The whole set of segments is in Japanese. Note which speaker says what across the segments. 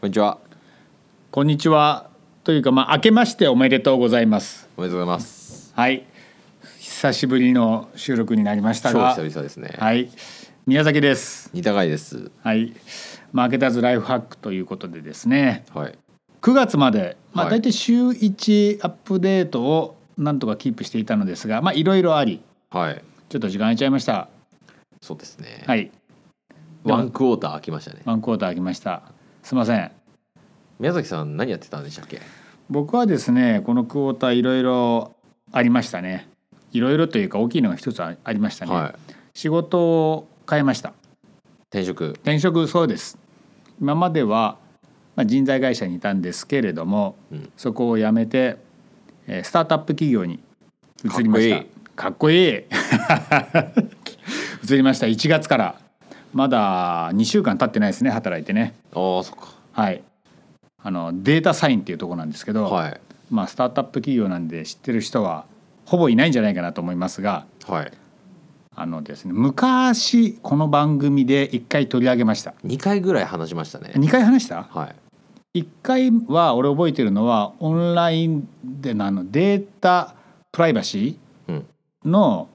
Speaker 1: こんにちは。
Speaker 2: こんにちはというかまあ明けましておめでとうございます
Speaker 1: おめでとうございます。
Speaker 2: はい久しぶりの収録になりました
Speaker 1: 超
Speaker 2: が
Speaker 1: 久々ですね。
Speaker 2: はい宮崎です
Speaker 1: 似たがいです。
Speaker 2: はいマーケターズライフハックということでですね
Speaker 1: はい。
Speaker 2: 9月までまあ
Speaker 1: はい
Speaker 2: 大体週1アップデートをなんとかキープしていたのですがまあいろいろあり
Speaker 1: はい。
Speaker 2: ちょっと時間空いちゃいました
Speaker 1: そうですね。
Speaker 2: はい
Speaker 1: ワンクォーター開きましたね。
Speaker 2: ワンクォーター空きましたすいません
Speaker 1: 宮崎さん何やってたんでしたっけ？
Speaker 2: 僕はですねこのクォーターいろいろありましたねいろいろというか大きいのが一つありましたね、
Speaker 1: はい。
Speaker 2: 仕事を変えました
Speaker 1: 転職。
Speaker 2: 転職そうです今までは、まあ、人材会社にいたんですけれども、
Speaker 1: うん
Speaker 2: そこを辞めて、えースタートアップ企業に移りましたかっこいい 移りました1月からまだ2週間経ってないですね働いてね
Speaker 1: ああそっか。
Speaker 2: はいあのデータサインっていうところなんですけど、
Speaker 1: はい
Speaker 2: まあ、スタートアップ企業なんで知ってる人はほぼいないんじゃないかなと思いますが
Speaker 1: はい。
Speaker 2: あのですね昔この番組で1回取り上げました
Speaker 1: 二回ぐらい話しましたね。
Speaker 2: 2回話した
Speaker 1: はい。
Speaker 2: 1回は俺覚えてるのはオンラインでのあのデータプライバシ
Speaker 1: うん。
Speaker 2: ーの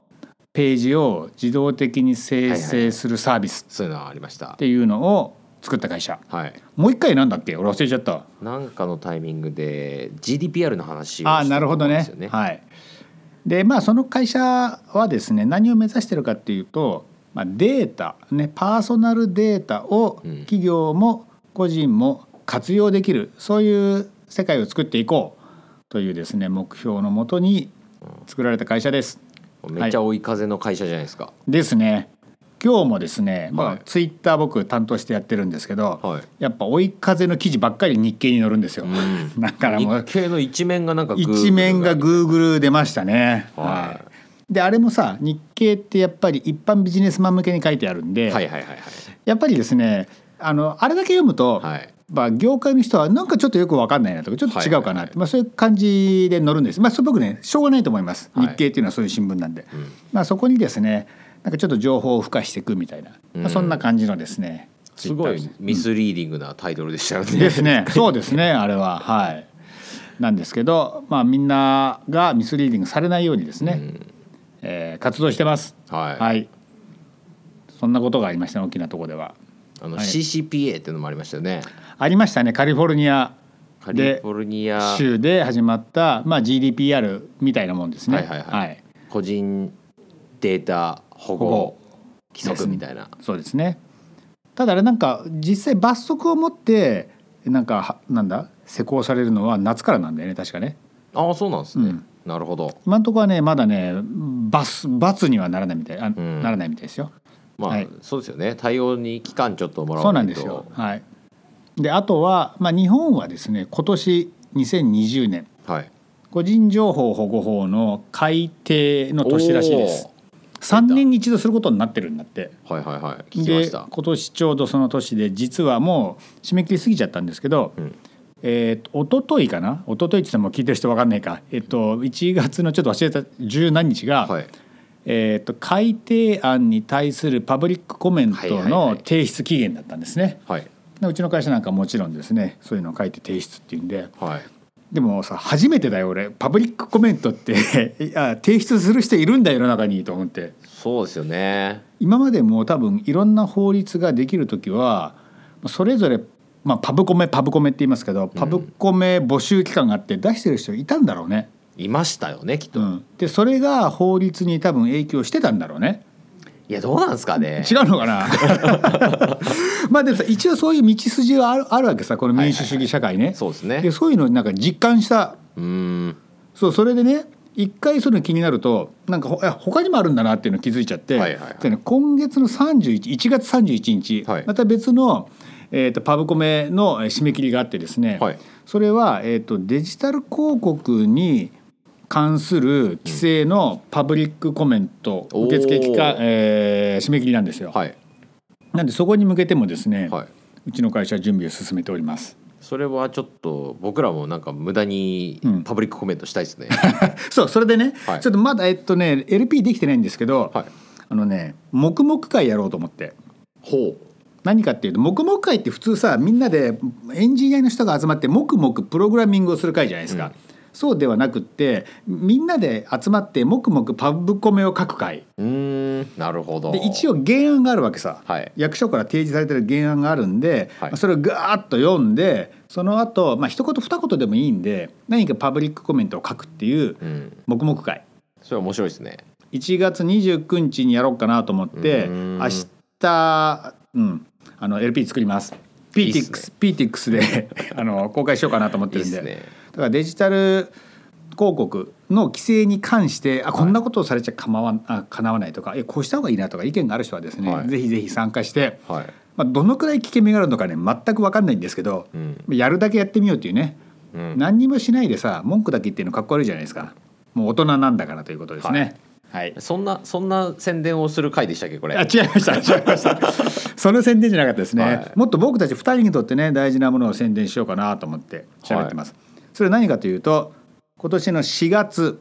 Speaker 2: ページを自動的に生
Speaker 1: はいはいは
Speaker 2: 成するサービス
Speaker 1: そういうのはありました
Speaker 2: っ。ていうのを作った会社
Speaker 1: はい。
Speaker 2: もう1回なんだっけ俺忘れちゃった
Speaker 1: なんかのタイミングで GDPR の話を
Speaker 2: ああ
Speaker 1: し
Speaker 2: な
Speaker 1: た
Speaker 2: る
Speaker 1: と
Speaker 2: ほ
Speaker 1: 思う
Speaker 2: ど
Speaker 1: んで
Speaker 2: ね
Speaker 1: すよね。
Speaker 2: はいでまあその会社はですね何を目指してるかっていうと、まあ、データねパーソナルデータを
Speaker 1: うん
Speaker 2: 企業も個人も活用できる、そういう世界を作っていこうというですね目標のもとに作られた会社です。
Speaker 1: めっちゃ追い風の会社じゃないですか。
Speaker 2: ですね今日もですね、ま
Speaker 1: は
Speaker 2: あ
Speaker 1: い、
Speaker 2: ツイッター僕担当してやってるんですけど、
Speaker 1: はい
Speaker 2: やっぱ追い風の記事ばっかり日経に載るんですよ。
Speaker 1: う
Speaker 2: だからもう
Speaker 1: 日経の一面がなんかグーグル
Speaker 2: 一面が Google 出ましたね。
Speaker 1: はい
Speaker 2: い、であれもさ日経ってやっぱり一般ビジネスマン向けに書いてあるんで、
Speaker 1: はいはいはい
Speaker 2: やっぱりですねあのあれだけ読む
Speaker 1: は
Speaker 2: と、
Speaker 1: い。はい。
Speaker 2: まあ、業界の人はなんかちょっとよく分かんないなとかちょっと違うか
Speaker 1: はいはい
Speaker 2: な
Speaker 1: は
Speaker 2: っ
Speaker 1: い
Speaker 2: て、まあ、そういう感じで載るんです、まあ、それ僕ねしょうがないと思います、
Speaker 1: はい
Speaker 2: 日経っていうのはそういう新聞なんで、
Speaker 1: うん
Speaker 2: まあ、そこにですねなんかちょっと情報を付加していくみたいな、ま
Speaker 1: うん
Speaker 2: あ、そんな感じのですね
Speaker 1: すごいミスリーディングなタイトルでしたよね。
Speaker 2: です ね。そうですね。あれははい。なんですけど、まあみんながミスリーディングされないようにですね、えー活動してます。
Speaker 1: はい。
Speaker 2: はい。そんなことがありましたね。大きなところでは
Speaker 1: あの
Speaker 2: はい
Speaker 1: CCPA っていうのもありましたよね。
Speaker 2: ありましたね。カリフォルニア
Speaker 1: カリ
Speaker 2: で
Speaker 1: フォルニア
Speaker 2: 州で始まったまあ GDPR みたいなもんですね。
Speaker 1: はいはいはい個人データ保
Speaker 2: 保
Speaker 1: 護
Speaker 2: 護
Speaker 1: 規則みたいな。
Speaker 2: そうですね。ただあれなんか実際罰則を持ってなんかはなんだ施行されるのは夏からなんだよね確かね。
Speaker 1: ああそうなんですね。
Speaker 2: うん
Speaker 1: なるほど。
Speaker 2: 今のところはねまだね罰罰にはならないみたいあ、
Speaker 1: ん
Speaker 2: ならないみたいですよ。
Speaker 1: まあ、
Speaker 2: はい
Speaker 1: そうですよね。対応に期間ちょっともら
Speaker 2: そう
Speaker 1: わな
Speaker 2: ないん
Speaker 1: と。
Speaker 2: ですよ。はい。であとはまあ日本はですね今年2020年
Speaker 1: はい。
Speaker 2: 個人情報保護法の改定の年らしいです。3年に一度することになってるんだって。
Speaker 1: おー。はいはいはい。聞きま
Speaker 2: で
Speaker 1: した。
Speaker 2: 今年ちょうどその年で実はもう締め切り過ぎちゃったんですけど、
Speaker 1: うん
Speaker 2: えーと一昨日かな一昨日って言っても聞いてる人分かんないか、えっと1月のちょっと忘れた十何日が、
Speaker 1: はい。
Speaker 2: えー、と改定案に対するパブリックコメン
Speaker 1: はいは
Speaker 2: ト
Speaker 1: いは
Speaker 2: の
Speaker 1: い
Speaker 2: 提出期限だったんですね、
Speaker 1: はい。
Speaker 2: でうちの会社なんかもちろんですねそういうのを書いて提出っていうんで
Speaker 1: はい。
Speaker 2: でもさ初めてだよ俺パブリックコメントって いや提出する人いるんだ世の中にと思って
Speaker 1: そうですよね。
Speaker 2: 今までも多分いろんな法律ができる時はそれぞれ、まあ、パブコメパブコメって言いますけどパブコメ募集期間があって出してる人いたんだろうね、
Speaker 1: いましたよねきっと。
Speaker 2: うんでそれが法律に多分影響してたんだろうね。
Speaker 1: いやどうなんですかね。
Speaker 2: 違うの かなまあでもさ一応そういう道筋はあるあるわけさこの民主主義社会ね、
Speaker 1: そうですね
Speaker 2: で。そういうのをなんか実感した
Speaker 1: うーん。
Speaker 2: そうそれでね一回そういうの気になるとなんかほあ他にもあるんだなっていうの気づいちゃって、
Speaker 1: はいはいはい
Speaker 2: でね今月の311月31日、
Speaker 1: はい
Speaker 2: また別の、えー、とパブコメのえー締め切りがあってですね、
Speaker 1: はい
Speaker 2: それは、えー、とデジタル広告に関する規制のパブリックコメント、
Speaker 1: おー
Speaker 2: 受付期間、えー締め切りなんですよ。
Speaker 1: はい
Speaker 2: なんでそこに向けてもですね、
Speaker 1: はい。
Speaker 2: うちの会社は準備を進めております。
Speaker 1: それはちょっと僕らもなんか無駄に
Speaker 2: うん
Speaker 1: パブリックコメントしたいですね。
Speaker 2: そうそれでね、
Speaker 1: はい
Speaker 2: ちょっとまだえっとね LP できてないんですけど、
Speaker 1: はい。
Speaker 2: あのね黙々会やろうと思って
Speaker 1: ほう。
Speaker 2: 何かっていうと黙々会って普通さみんなでエンジニアの人が集まって黙々プログラミングをする会じゃないですか、
Speaker 1: うん
Speaker 2: そうではなくってみんなで集まって黙々パブコメを書く会
Speaker 1: うーんなるほど
Speaker 2: で一
Speaker 1: 応
Speaker 2: 応原案があるわけさ、
Speaker 1: はい
Speaker 2: 役所から提示されてる原案があるんで、
Speaker 1: はい
Speaker 2: まあそれをガーッと読んでその後、まあ一言二言でもいいんで何かパブリックコメントを書くっていう
Speaker 1: うん
Speaker 2: 黙々会
Speaker 1: それ面白いですね
Speaker 2: 1月29日にやろうかなと思って
Speaker 1: うん
Speaker 2: 明日、うん、あの LP 作ります。
Speaker 1: いいっ
Speaker 2: PTX
Speaker 1: すね
Speaker 2: PTX で あの公開しようかなと思っ
Speaker 1: い
Speaker 2: て
Speaker 1: いで
Speaker 2: るんで。
Speaker 1: すね
Speaker 2: だからデジタル広告の規制に関してあこんなことをされちゃ構わんあかなわないとかえこうした方がいいなとか意見がある人はですね、
Speaker 1: はい
Speaker 2: ぜひぜひ参加して、
Speaker 1: はい
Speaker 2: まあ、どのくらい危険味があるのかね全く分かんないんですけど
Speaker 1: うん
Speaker 2: やるだけやってみようっていうね、
Speaker 1: うん
Speaker 2: 何にもしないでさ文句だけ言ってるのかっこ悪いじゃないですかもう大人なんだからということですね。はい
Speaker 1: そんなそんな宣伝をする回でしたっけこれ
Speaker 2: あ違いました違いましたその宣伝じゃなかったですね、
Speaker 1: はい
Speaker 2: もっと僕たち2人にとってね大事なものを宣伝しようかなと思って喋ってます、それは何かというと今年の4月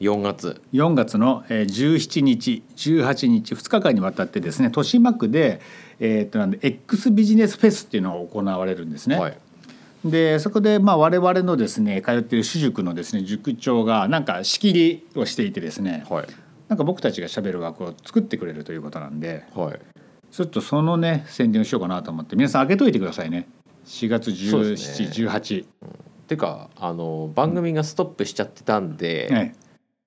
Speaker 1: 4月
Speaker 2: 4月のえー17日18日2日間にわたってですね豊島区で,、えーっとなんで X ビジネスフェスっていうのが行われるんですね、
Speaker 1: はい
Speaker 2: でそこでまあ我々のですね通っている私塾のですね塾長がなんか仕切りをしていてですね、
Speaker 1: はい
Speaker 2: なんか僕たちが喋る枠を作ってくれるということなんで
Speaker 1: はい
Speaker 2: ちょっとそのね宣伝をしようかなと思って皆さん開けといてくださいね4月
Speaker 1: そうですね
Speaker 2: 1718、
Speaker 1: てかあの番組がストップしちゃってたんで、
Speaker 2: え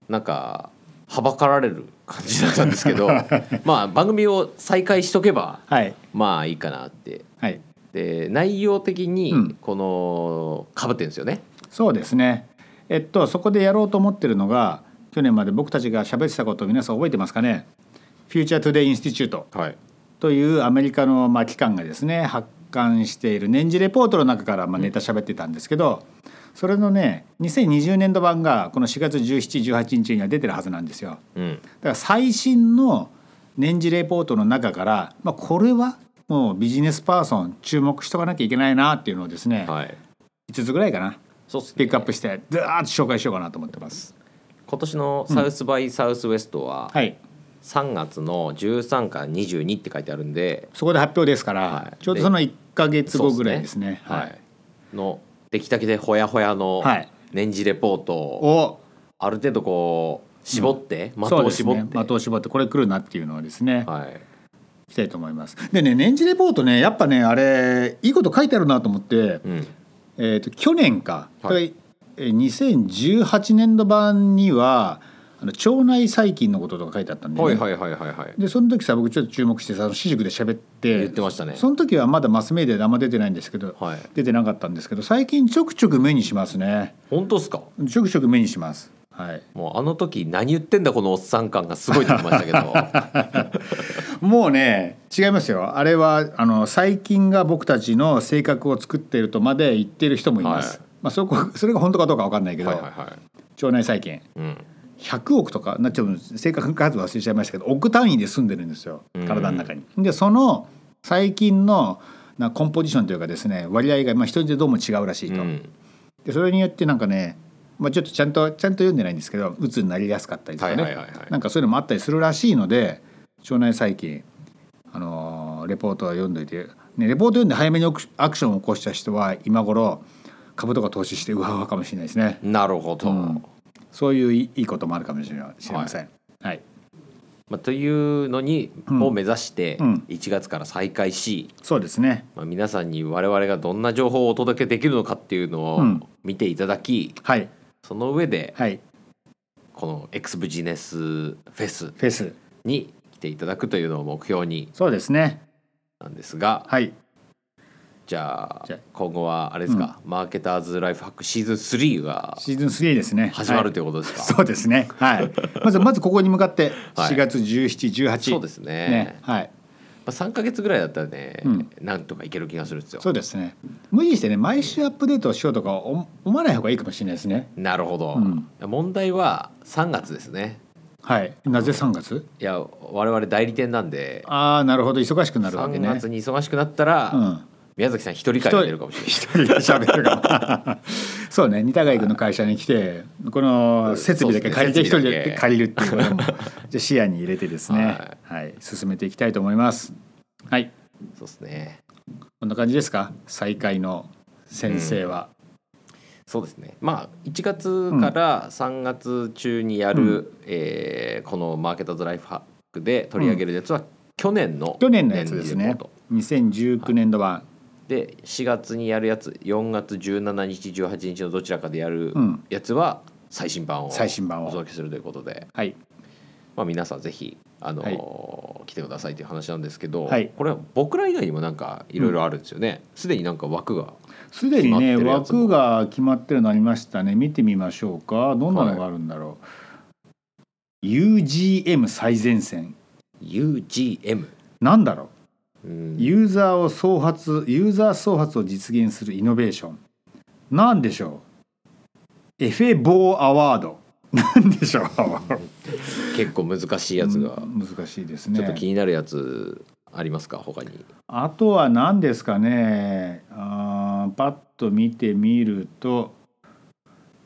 Speaker 1: なんかはばかられる感じだったんですけど まあ番組を再開しとけば
Speaker 2: えはい
Speaker 1: まあいいかなって
Speaker 2: はい
Speaker 1: で内容的に
Speaker 2: うん
Speaker 1: このかぶってるんですよね、
Speaker 2: そうですねえっとそこでやろうと思ってるのが去年まで僕たちが喋ってたことを皆さん覚えてますかねフューチャートゥデイインスティチュート
Speaker 1: はい
Speaker 2: というアメリカのまあ機関がですね発刊している年次レポートの中からまあネタ喋ってたんですけど、それのね2020年度版がこの4月1718日には出てるはずなんですよ。
Speaker 1: うん、
Speaker 2: だから最新の年次レポートの中から、まあ、これはもうビジネスパーソン注目しとかなきゃいけないなっていうのをですね、
Speaker 1: はい
Speaker 2: 5つぐらいかな
Speaker 1: そうっす
Speaker 2: ピ
Speaker 1: ね
Speaker 2: ックアップしてダーッと紹介しようかなと思ってます。
Speaker 1: 今年のサウスバイサウスウェストは
Speaker 2: はい
Speaker 1: 3月の13から22って書いてあるんで、
Speaker 2: そこで発表ですから、
Speaker 1: はい
Speaker 2: ちょうどその1か月
Speaker 1: そう
Speaker 2: 後
Speaker 1: っすね
Speaker 2: ぐらいですね。
Speaker 1: は
Speaker 2: はい
Speaker 1: い、の出来たてでほやほやの
Speaker 2: はい
Speaker 1: 年次レポートを
Speaker 2: を
Speaker 1: ある程度こう絞って、的
Speaker 2: そう
Speaker 1: を
Speaker 2: です
Speaker 1: 絞っ
Speaker 2: ね
Speaker 1: て、
Speaker 2: 的を絞ってこれ来るなっていうのをですね、
Speaker 1: はい、
Speaker 2: い、きたいと思います。でね年次レポートねやっぱねあれいいこと書いてあるなと思って、
Speaker 1: うん、
Speaker 2: えー、と去年か、
Speaker 1: は
Speaker 2: えー2018年度版にはあの腸内細菌のこととか書いてあったんで、ね
Speaker 1: はいはいはいはいはい
Speaker 2: でその時さ僕ちょっと注目してさあの私塾で喋って
Speaker 1: 言ってましたね
Speaker 2: その時はまだマスメディアであんま出てないんですけど、
Speaker 1: はい
Speaker 2: 出てなかったんですけど最近ちょくちょく目にしますね
Speaker 1: 本当っすか
Speaker 2: ちょくちょく目にしますはい
Speaker 1: もうあの時何言ってんだこのおっさん感がすごい出てました けどは
Speaker 2: もうね違いますよあれはあの細菌が僕たちの性格を作っているとまで言ってる人もいます、
Speaker 1: はい
Speaker 2: まあ、そこそれが本当かどうか分かんないけ
Speaker 1: い
Speaker 2: ど、
Speaker 1: はいは
Speaker 2: 腸内細菌
Speaker 1: い、うん、
Speaker 2: 100億とかなちょっと正確な数忘れちゃいましたけど億単位で住んでるんですよ
Speaker 1: うん
Speaker 2: 体の中に。でその細菌のなコンポジションというかですね割合が、まあ、人によってどうも違うらしいうと。
Speaker 1: ん、
Speaker 2: でそれによってなんかね、まあ、ちょっとちゃんとちゃんと読んでないんですけどうつになりやすかったりとかね、
Speaker 1: はいはいはいはい
Speaker 2: なんかそういうのもあったりするらしいので腸内細菌、あのーレポートは読んどいて、ね、レポート読んで早めにオクアクションを起こした人は今頃株とか投資してうわうわかもしれないですね。
Speaker 1: なるほど、
Speaker 2: うんそういういいこともあるかもしれません。はい。
Speaker 1: まあ、というのに、
Speaker 2: うん
Speaker 1: を目指して
Speaker 2: うん
Speaker 1: 1月から再開し、
Speaker 2: そうですね。
Speaker 1: まあ、皆さんに我々がどんな情報をお届けできるのかっていうのを
Speaker 2: うん
Speaker 1: 見ていただき、
Speaker 2: はい。
Speaker 1: その上で
Speaker 2: はい。
Speaker 1: この X ビジネスフェス
Speaker 2: フェス。
Speaker 1: に来ていただくというのを目標に
Speaker 2: そうですね。
Speaker 1: なんですが、
Speaker 2: はい。
Speaker 1: じゃあ
Speaker 2: じゃあ
Speaker 1: 今後はあれですか、マーケターズライフハックシーズン3が
Speaker 2: シーズン3ですね。
Speaker 1: 始まる
Speaker 2: はい
Speaker 1: ということですか、
Speaker 2: そうですね。はい。まずま ずここに向かって
Speaker 1: はい
Speaker 2: 4月17、18。
Speaker 1: そうですね
Speaker 2: はい。
Speaker 1: まあ、3か月ぐらいだったらね、
Speaker 2: うん
Speaker 1: なんとかいける気がするんですよ
Speaker 2: そうですね。無理してね毎週アップデートをしようとか思思わない方がいいかもしれないですね。
Speaker 1: なるほど、
Speaker 2: うん
Speaker 1: 問題は3月ですね
Speaker 2: はい。なぜ3月？
Speaker 1: いや我々代理店なんで
Speaker 2: ああなるほど忙しくなるわけ
Speaker 1: 3
Speaker 2: ね。
Speaker 1: 月に忙しくなったら、
Speaker 2: うん。
Speaker 1: 宮崎さん一人会が出るかもしれない
Speaker 2: 一人で喋るかも そうね二高井君の会社に来てこの設備だけ借りて一
Speaker 1: そう
Speaker 2: 人
Speaker 1: ですね
Speaker 2: で借りるっていうこともじゃあ視野に入れてですね
Speaker 1: は
Speaker 2: はい進めていきたいと思いますはい
Speaker 1: そうですね
Speaker 2: こんな感じですか再開の先生は、
Speaker 1: そうですねまあ1月から3月中にやる、
Speaker 2: う
Speaker 1: えーこのマーケターズライフハックで取り上げるやつは去年の
Speaker 2: 去年のやつです
Speaker 1: 年
Speaker 2: ね
Speaker 1: 次レポート
Speaker 2: 2019年度版、
Speaker 1: で4月にやるやつ4月17日18日のどちらかでやる
Speaker 2: うん
Speaker 1: やつは最新版を
Speaker 2: 最新版を
Speaker 1: お届けするということで、
Speaker 2: はい
Speaker 1: まあ、皆さんぜひ、あのー
Speaker 2: はい
Speaker 1: 来てくださいという話なんですけど、
Speaker 2: はい
Speaker 1: これは僕ら以外にもなんかいろいろあるんですよねすで、になんか枠が
Speaker 2: すでにね
Speaker 1: 決まってるやつも
Speaker 2: 枠が決まってるのありましたね見てみましょうかどんなのがあるんだろう、UGM 最前線
Speaker 1: UGM、
Speaker 2: なんだろう
Speaker 1: うん
Speaker 2: ユーザーを創発ユーザー創発を実現するイノベーションなんでしょうエフェボーアワードなんでしょう
Speaker 1: 結構難しいやつが、
Speaker 2: うん難しいです
Speaker 1: ちょっと気
Speaker 2: ね
Speaker 1: になるやつありますか他に
Speaker 2: あとは何ですかねあーパッと見てみると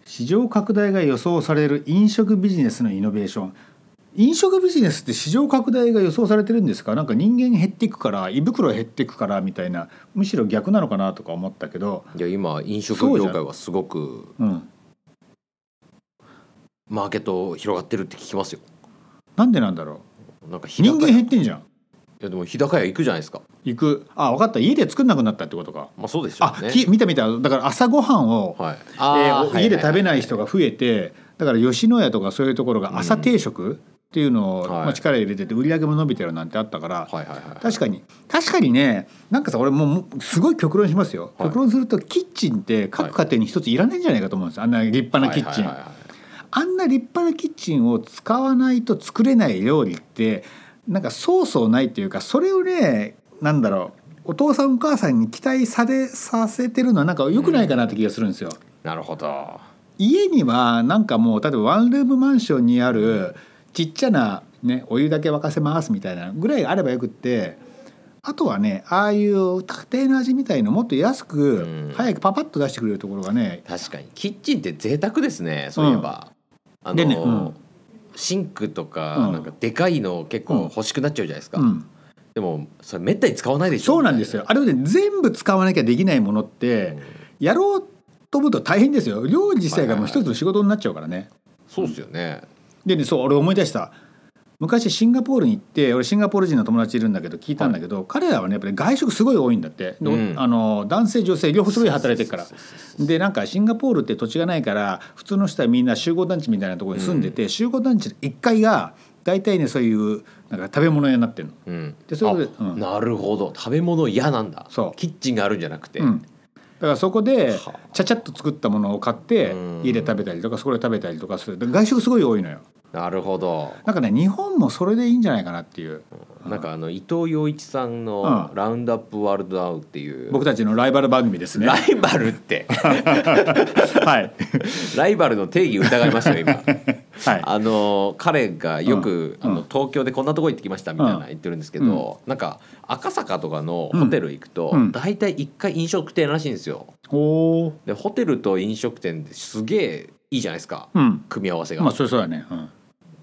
Speaker 2: 市場拡大が予想される飲食ビジネスのイノベーション飲食ビジネスって市場拡大が予想されてるんですかなんか人間減っていくから胃袋減っていくからみたいなむしろ逆なのかなとか思ったけど
Speaker 1: いや今飲食
Speaker 2: そうじ
Speaker 1: 業
Speaker 2: ゃん
Speaker 1: 界はすごく
Speaker 2: うん、
Speaker 1: マーケット広がってるって聞きますよ
Speaker 2: なんでなんだろ
Speaker 1: なんか日
Speaker 2: う人
Speaker 1: 高
Speaker 2: 間
Speaker 1: 屋い
Speaker 2: 減ってんじゃん
Speaker 1: やでも日高屋行くじゃないですか
Speaker 2: 行くあ分かった家で作んなくなったってことか、
Speaker 1: まあそうですよ
Speaker 2: あ
Speaker 1: ね
Speaker 2: き見た見ただから朝ごはんを、
Speaker 1: はい、
Speaker 2: え
Speaker 1: あー
Speaker 2: ー
Speaker 1: はいはいはい
Speaker 2: 家で食べない人が増えてだから吉野家とかそういうところが朝定食っていうのを、
Speaker 1: ん
Speaker 2: ま
Speaker 1: は
Speaker 2: あ、
Speaker 1: い
Speaker 2: 力入れてて売り上げも伸びてるなんてあったから、
Speaker 1: はいはいはい
Speaker 2: 確かに確かにねなんかさ俺もうもうすごい極論しますよ、
Speaker 1: はい
Speaker 2: 極論するとキッチンって各家庭に一ついらないんじゃないかと思うんですよあんな立派なキッチン。
Speaker 1: はいはいはいはい
Speaker 2: あんな立派なキッチンを使わないと作れない料理ってなんかそうそうないっていうかそれをねなんだろうお父さんお母さんに期待されさせてるのはなんか良くないかなって気がするんですよ。
Speaker 1: なるほど
Speaker 2: 家にはなんかもう例えばワンルームマンションにあるちっちゃな、ね、お湯だけ沸かせますみたいなぐらいあればよくってあとはねああいう家庭の味みたいのもっと安
Speaker 1: う
Speaker 2: く
Speaker 1: ん
Speaker 2: 早くパパッと出してくれるところがね
Speaker 1: 確かにキッチンって贅沢ですねそういえば、あの
Speaker 2: でねうん
Speaker 1: シンクとか、
Speaker 2: うん
Speaker 1: なんかでかいの結構欲しくなっちゃうじゃないですか、
Speaker 2: うん、
Speaker 1: でもそれめったに使わないでしょ
Speaker 2: そうなんですよあれをね全部使わなきゃできないものってやろうと思うと大変ですよ料理自体がもう一つの仕事になっちゃうからね
Speaker 1: そうですよね
Speaker 2: でねそう俺思い出した昔シンガポールに行って俺シンガポール人の友達いるんだけど聞いたんだけど、彼らはねやっぱり外食すごい多いんだって、で
Speaker 1: うん
Speaker 2: あの男性女性両方すごい働いてるから
Speaker 1: そうそうそう
Speaker 2: でなんかシンガポールって土地がないから普通の人はみんな集合団地みたいなところに住んでて、集合団地の1階が大体ねそういうなんか食べ物屋になってるの。
Speaker 1: そううん
Speaker 2: でそれで
Speaker 1: あ
Speaker 2: うん
Speaker 1: なるほど食べ物嫌なんだ
Speaker 2: そう
Speaker 1: キッチンがあるんじゃなくて、
Speaker 2: うん、だからそこで
Speaker 1: はあ
Speaker 2: ちゃちゃっと作ったものを買って
Speaker 1: うん
Speaker 2: 家で食べたりとかそこで食べたりとかするで外食すごい多いのよ
Speaker 1: なるほど
Speaker 2: なんかね日本もそれでいいんじゃないかなっていう
Speaker 1: なんかあの伊藤洋一さんの「
Speaker 2: う
Speaker 1: ラウンドアップワールドアウっていう、
Speaker 2: 僕たちのライバル番 組ですね
Speaker 1: ライバルって
Speaker 2: はい
Speaker 1: ライバルの定義疑いましたよ今。
Speaker 2: は い
Speaker 1: あの彼がよく、あ
Speaker 2: うん
Speaker 1: の東京でこんなとこ行ってきましたみたいな言ってるんですけど、なんか赤坂とかのホテル行くと
Speaker 2: うん
Speaker 1: 大体1回飲食店らしいんですよ。
Speaker 2: おー
Speaker 1: でホテルと飲食店ってすげえいいじゃないですか
Speaker 2: うん
Speaker 1: 組み合わせが、
Speaker 2: まあそれそうだね、うん、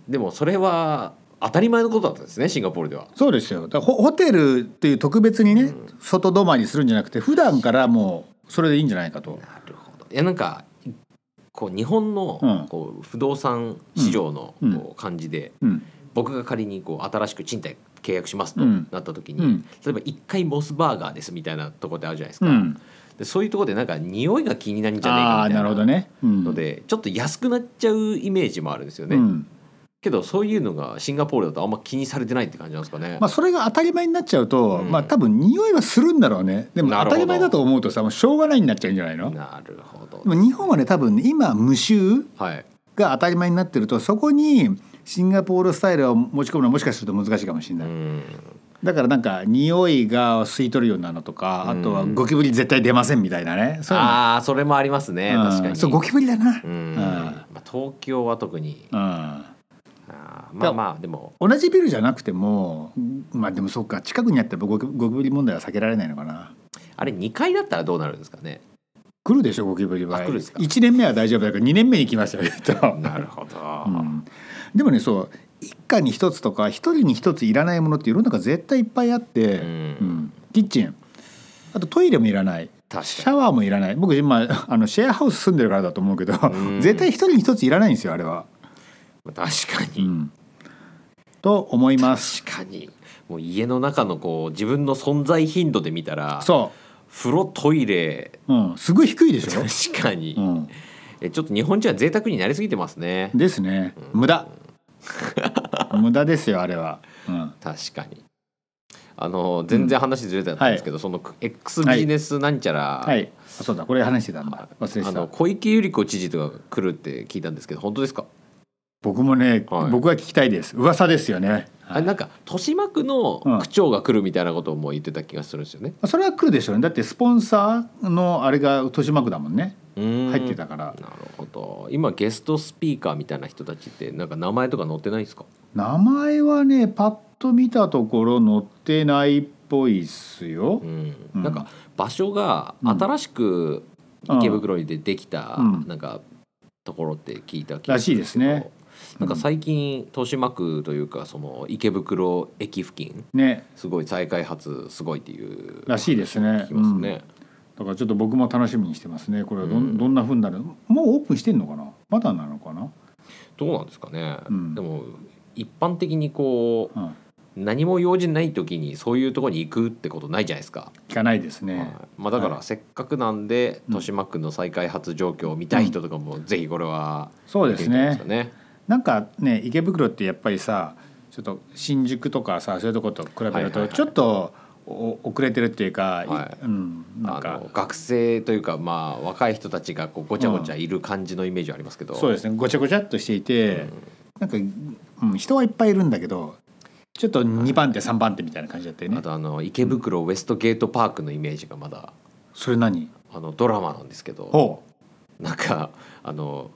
Speaker 1: でもそれは当たり前のことだったんですねシンガポールでは。
Speaker 2: そうですよだからホホテルっていう特別にね、外泊まりするんじゃなくて普段からもうそれでいいんじゃないかと
Speaker 1: なるほどいやなんかこう日本
Speaker 2: うん
Speaker 1: のこう不動産市場の
Speaker 2: うん
Speaker 1: こう感じで
Speaker 2: うん
Speaker 1: 僕が仮にこう新しく賃貸契約しますと
Speaker 2: うん
Speaker 1: なった時
Speaker 2: う
Speaker 1: に、
Speaker 2: ん
Speaker 1: 例えば1回モスバーガーですみたいなとこってあるじゃないです
Speaker 2: う
Speaker 1: か、
Speaker 2: ん
Speaker 1: でそういうとこでなんか匂いが気になるんじゃねえ
Speaker 2: あ
Speaker 1: か
Speaker 2: あ
Speaker 1: みた
Speaker 2: ないるほど
Speaker 1: な
Speaker 2: ね、うん、
Speaker 1: のでちょっと安くなっちゃうイメージもあるんですよね、
Speaker 2: うん
Speaker 1: けどそういうのがシンガポールだとあんま気にされてないって感じなんですかね、
Speaker 2: まあ、それが当たり前になっちゃうと、
Speaker 1: うん
Speaker 2: まあ多分匂いはするんだろうねでも
Speaker 1: なるほど
Speaker 2: 当たり前だと思うとさもうしょうがないになっちゃうんじゃないので
Speaker 1: なるほど
Speaker 2: も日本はね多分ね今無臭
Speaker 1: はい
Speaker 2: が当たり前になってるとそこにシンガポールスタイルを持ち込むのはもしかすると難しいかもしれ
Speaker 1: う
Speaker 2: ない、
Speaker 1: ん
Speaker 2: だからなんか匂いが吸い取るようになるのとかあとは
Speaker 1: うん
Speaker 2: ゴキブリ絶対出ませんみたいなねそういうの
Speaker 1: ああそれもありますね
Speaker 2: うん
Speaker 1: 確かに
Speaker 2: そうゴキブリだな
Speaker 1: う
Speaker 2: うん
Speaker 1: んまあ、東京は特にあーまあまあでも
Speaker 2: 同じビルじゃなくてもまあでもそっか近くにあったらゴキゴキブリ問題は避けられないのかな
Speaker 1: あれ2階だったらどうなるんですかね
Speaker 2: 来るでしょゴキブリは
Speaker 1: あ来るんですか
Speaker 2: 1年目は大丈夫だから2年目に来ますよきっと、
Speaker 1: なるほど、
Speaker 2: うんでもねそう一家に一つとか一人に一ついらないものって世の中絶対いっぱいあって、
Speaker 1: うん
Speaker 2: うんキッチンあとトイレもいらない
Speaker 1: かに
Speaker 2: シャワーもいらない僕今あのシェアハウス住んでるからだと思うけど
Speaker 1: ん
Speaker 2: 絶対一人に一ついらないんですよあれは。
Speaker 1: 確か
Speaker 2: う
Speaker 1: に、
Speaker 2: ん、と思います。
Speaker 1: 確かにもう家の中のこう自分の存在頻度で見たら
Speaker 2: そ
Speaker 1: 風呂トイレ
Speaker 2: う、うん、すごい低いで しょ。
Speaker 1: 確かに、
Speaker 2: うん、
Speaker 1: えちょっと日本人は贅沢になりすぎてますね
Speaker 2: ですね無駄無駄ですよあれは、うん、
Speaker 1: 確かにあの全然話ずれてたんですけど、その X ビジネスなんちゃら、
Speaker 2: はいあそうだこれ話してたんだ忘れ
Speaker 1: あ
Speaker 2: て
Speaker 1: の
Speaker 2: た
Speaker 1: 小池百合子知事とか来るって聞いたんですけど本当ですか、
Speaker 2: 僕もね、
Speaker 1: はい
Speaker 2: 僕は聞きたいです噂ですよね、
Speaker 1: あれなんか豊島区の区長が来るみたいなことをもう言ってた気がするんですよね、
Speaker 2: それは来るでしょうねだってスポンサーのあれが豊島区だもんね
Speaker 1: うん
Speaker 2: 入ってたから
Speaker 1: なるほど今ゲストスピーカーみたいな人たちってなんか名前とか載ってないですか
Speaker 2: 名前はねパッと見たところ載ってないっぽいっすよ
Speaker 1: う、ん、
Speaker 2: うん
Speaker 1: なんか場所が新しく池袋にでできた
Speaker 2: うん
Speaker 1: なんかところって聞いた気がるんけど
Speaker 2: らしいですね
Speaker 1: なんか最近豊島区というかその池袋駅付近
Speaker 2: ね
Speaker 1: すごい再開発すごいっていう
Speaker 2: らしいですね
Speaker 1: 聞きますね、
Speaker 2: だからちょっと僕も楽しみにしてますねこれはど,、
Speaker 1: うん
Speaker 2: ん、どんな風になるもうオープンしてんのかなまだなのかな、
Speaker 1: どうなんですかね、
Speaker 2: うん
Speaker 1: でも一般的にこう
Speaker 2: うん、
Speaker 1: 何も用事ない時にそういうところに行くってことないじゃないですか、
Speaker 2: 聞かないですね、
Speaker 1: はいまあ、だから
Speaker 2: は
Speaker 1: せっかくなんで、
Speaker 2: うん
Speaker 1: 豊島区の再開発状況を見たい人とかもぜひこれは
Speaker 2: そう
Speaker 1: 見
Speaker 2: で
Speaker 1: て
Speaker 2: す
Speaker 1: みたいです
Speaker 2: ね
Speaker 1: よね。
Speaker 2: なんかね池袋ってやっぱりさちょっと新宿とかさそういうとこと比べ
Speaker 1: はい
Speaker 2: る
Speaker 1: はいは
Speaker 2: と
Speaker 1: い
Speaker 2: ちょっとお遅れてるっていうか、い
Speaker 1: は
Speaker 2: うん、なん
Speaker 1: あ
Speaker 2: か
Speaker 1: の学生というかまあ若い人たちがこうごちゃごちゃいる感じのイメージはありますけど、
Speaker 2: そうですねごちゃごちゃっとしていて、なんか、うん、人はいっぱいいるんだけどちょっと2番手3番手みたいな感じだったよね
Speaker 1: あ。とあの池袋ウエストゲートパークのイメージがまだ
Speaker 2: それ何
Speaker 1: あのドラマなんですけど
Speaker 2: ほう
Speaker 1: なんかあの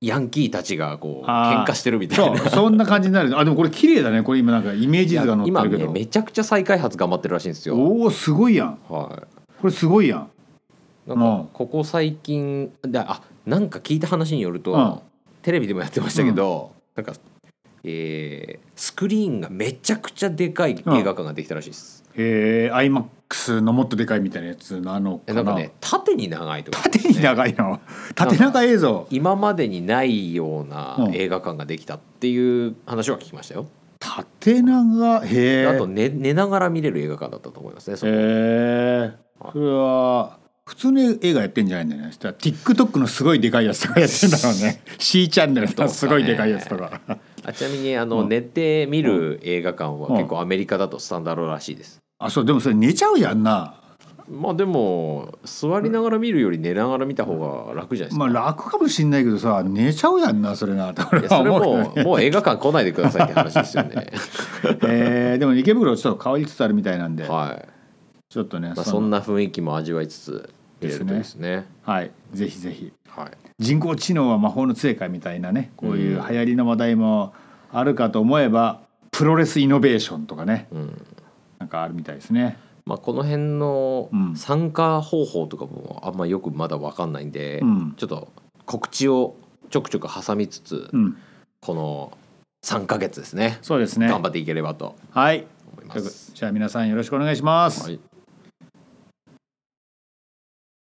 Speaker 1: ヤンキーたちがこう喧
Speaker 2: あー
Speaker 1: 嘩してるみたい
Speaker 2: そ
Speaker 1: な
Speaker 2: うそんな感じになるあでもこれ綺麗だねこれ今なんかイメージ図が載って
Speaker 1: 今
Speaker 2: るけ
Speaker 1: ね
Speaker 2: ど、
Speaker 1: めちゃくちゃ再開発頑張ってるらしいんですよ。
Speaker 2: おおすごいやん
Speaker 1: は
Speaker 2: これすごいやん
Speaker 1: い、なん
Speaker 2: うん
Speaker 1: かここ最近であなんか聞いた話によると、
Speaker 2: うん
Speaker 1: テレビでもやってましたけど、なんか、えースクリーンがめちゃくちゃでかい映画館ができたらしいです。
Speaker 2: へえ iMAX のもっとでかいみたいなやつのあの
Speaker 1: えなんかね縦に長いとか、ね、
Speaker 2: 縦に長いの縦長映像
Speaker 1: 今までにないような
Speaker 2: うん
Speaker 1: 映画館ができたっていう話は聞きましたよ、
Speaker 2: 縦長へえ
Speaker 1: あと寝寝ながら見れる映画館だったと思いますねそ
Speaker 2: へ
Speaker 1: の
Speaker 2: えそれは普通の映画やってんじゃないんだよねそしたら TikTok のすごいでかいやつとかやってんだろう ね C チャンネル
Speaker 1: どう
Speaker 2: の
Speaker 1: です
Speaker 2: す
Speaker 1: かね
Speaker 2: ごいでかいやつとか
Speaker 1: あちなみにあの、
Speaker 2: うん
Speaker 1: 寝て見る映画館は
Speaker 2: うん
Speaker 1: 結構アメリカだとスタンダードらしいです、
Speaker 2: あそうでもそれ寝ちゃうやんな
Speaker 1: まあでも座りながら見るより寝ながら見た方が楽じゃないです
Speaker 2: ま
Speaker 1: か、
Speaker 2: あ楽かもしんないけどさ寝ちゃうやんなそれなと
Speaker 1: いやそれ
Speaker 2: 俺は思う
Speaker 1: も
Speaker 2: け
Speaker 1: うもう映画館来ないでくださいって話ですよね
Speaker 2: ど ねへえでも池袋ちょっと変わりつつあるみたいなんで
Speaker 1: はい、
Speaker 2: ちょっとね
Speaker 1: まあ、
Speaker 2: そ
Speaker 1: そん
Speaker 2: の
Speaker 1: な雰囲気も味わいつつ見れるといいですね
Speaker 2: はいぜひぜひ
Speaker 1: はい
Speaker 2: 人工知能は魔法の杖かみたいなねこういう流行りの話題もあるかと思えばプロレスイノベーションとかね
Speaker 1: うん
Speaker 2: なんかあるみたいですね。
Speaker 1: まあ、この辺の
Speaker 2: うん
Speaker 1: 参加方法とかもあんまよくまだ分かんないんで、
Speaker 2: うん
Speaker 1: ちょっと告知をちょくちょく挟みつつ、
Speaker 2: うん、
Speaker 1: この3ヶ月ですね
Speaker 2: そうですね。
Speaker 1: 頑張っていければと
Speaker 2: はい。
Speaker 1: 思いま
Speaker 2: ということ
Speaker 1: す。
Speaker 2: じゃあ皆さんよろしくお願いします。
Speaker 1: はい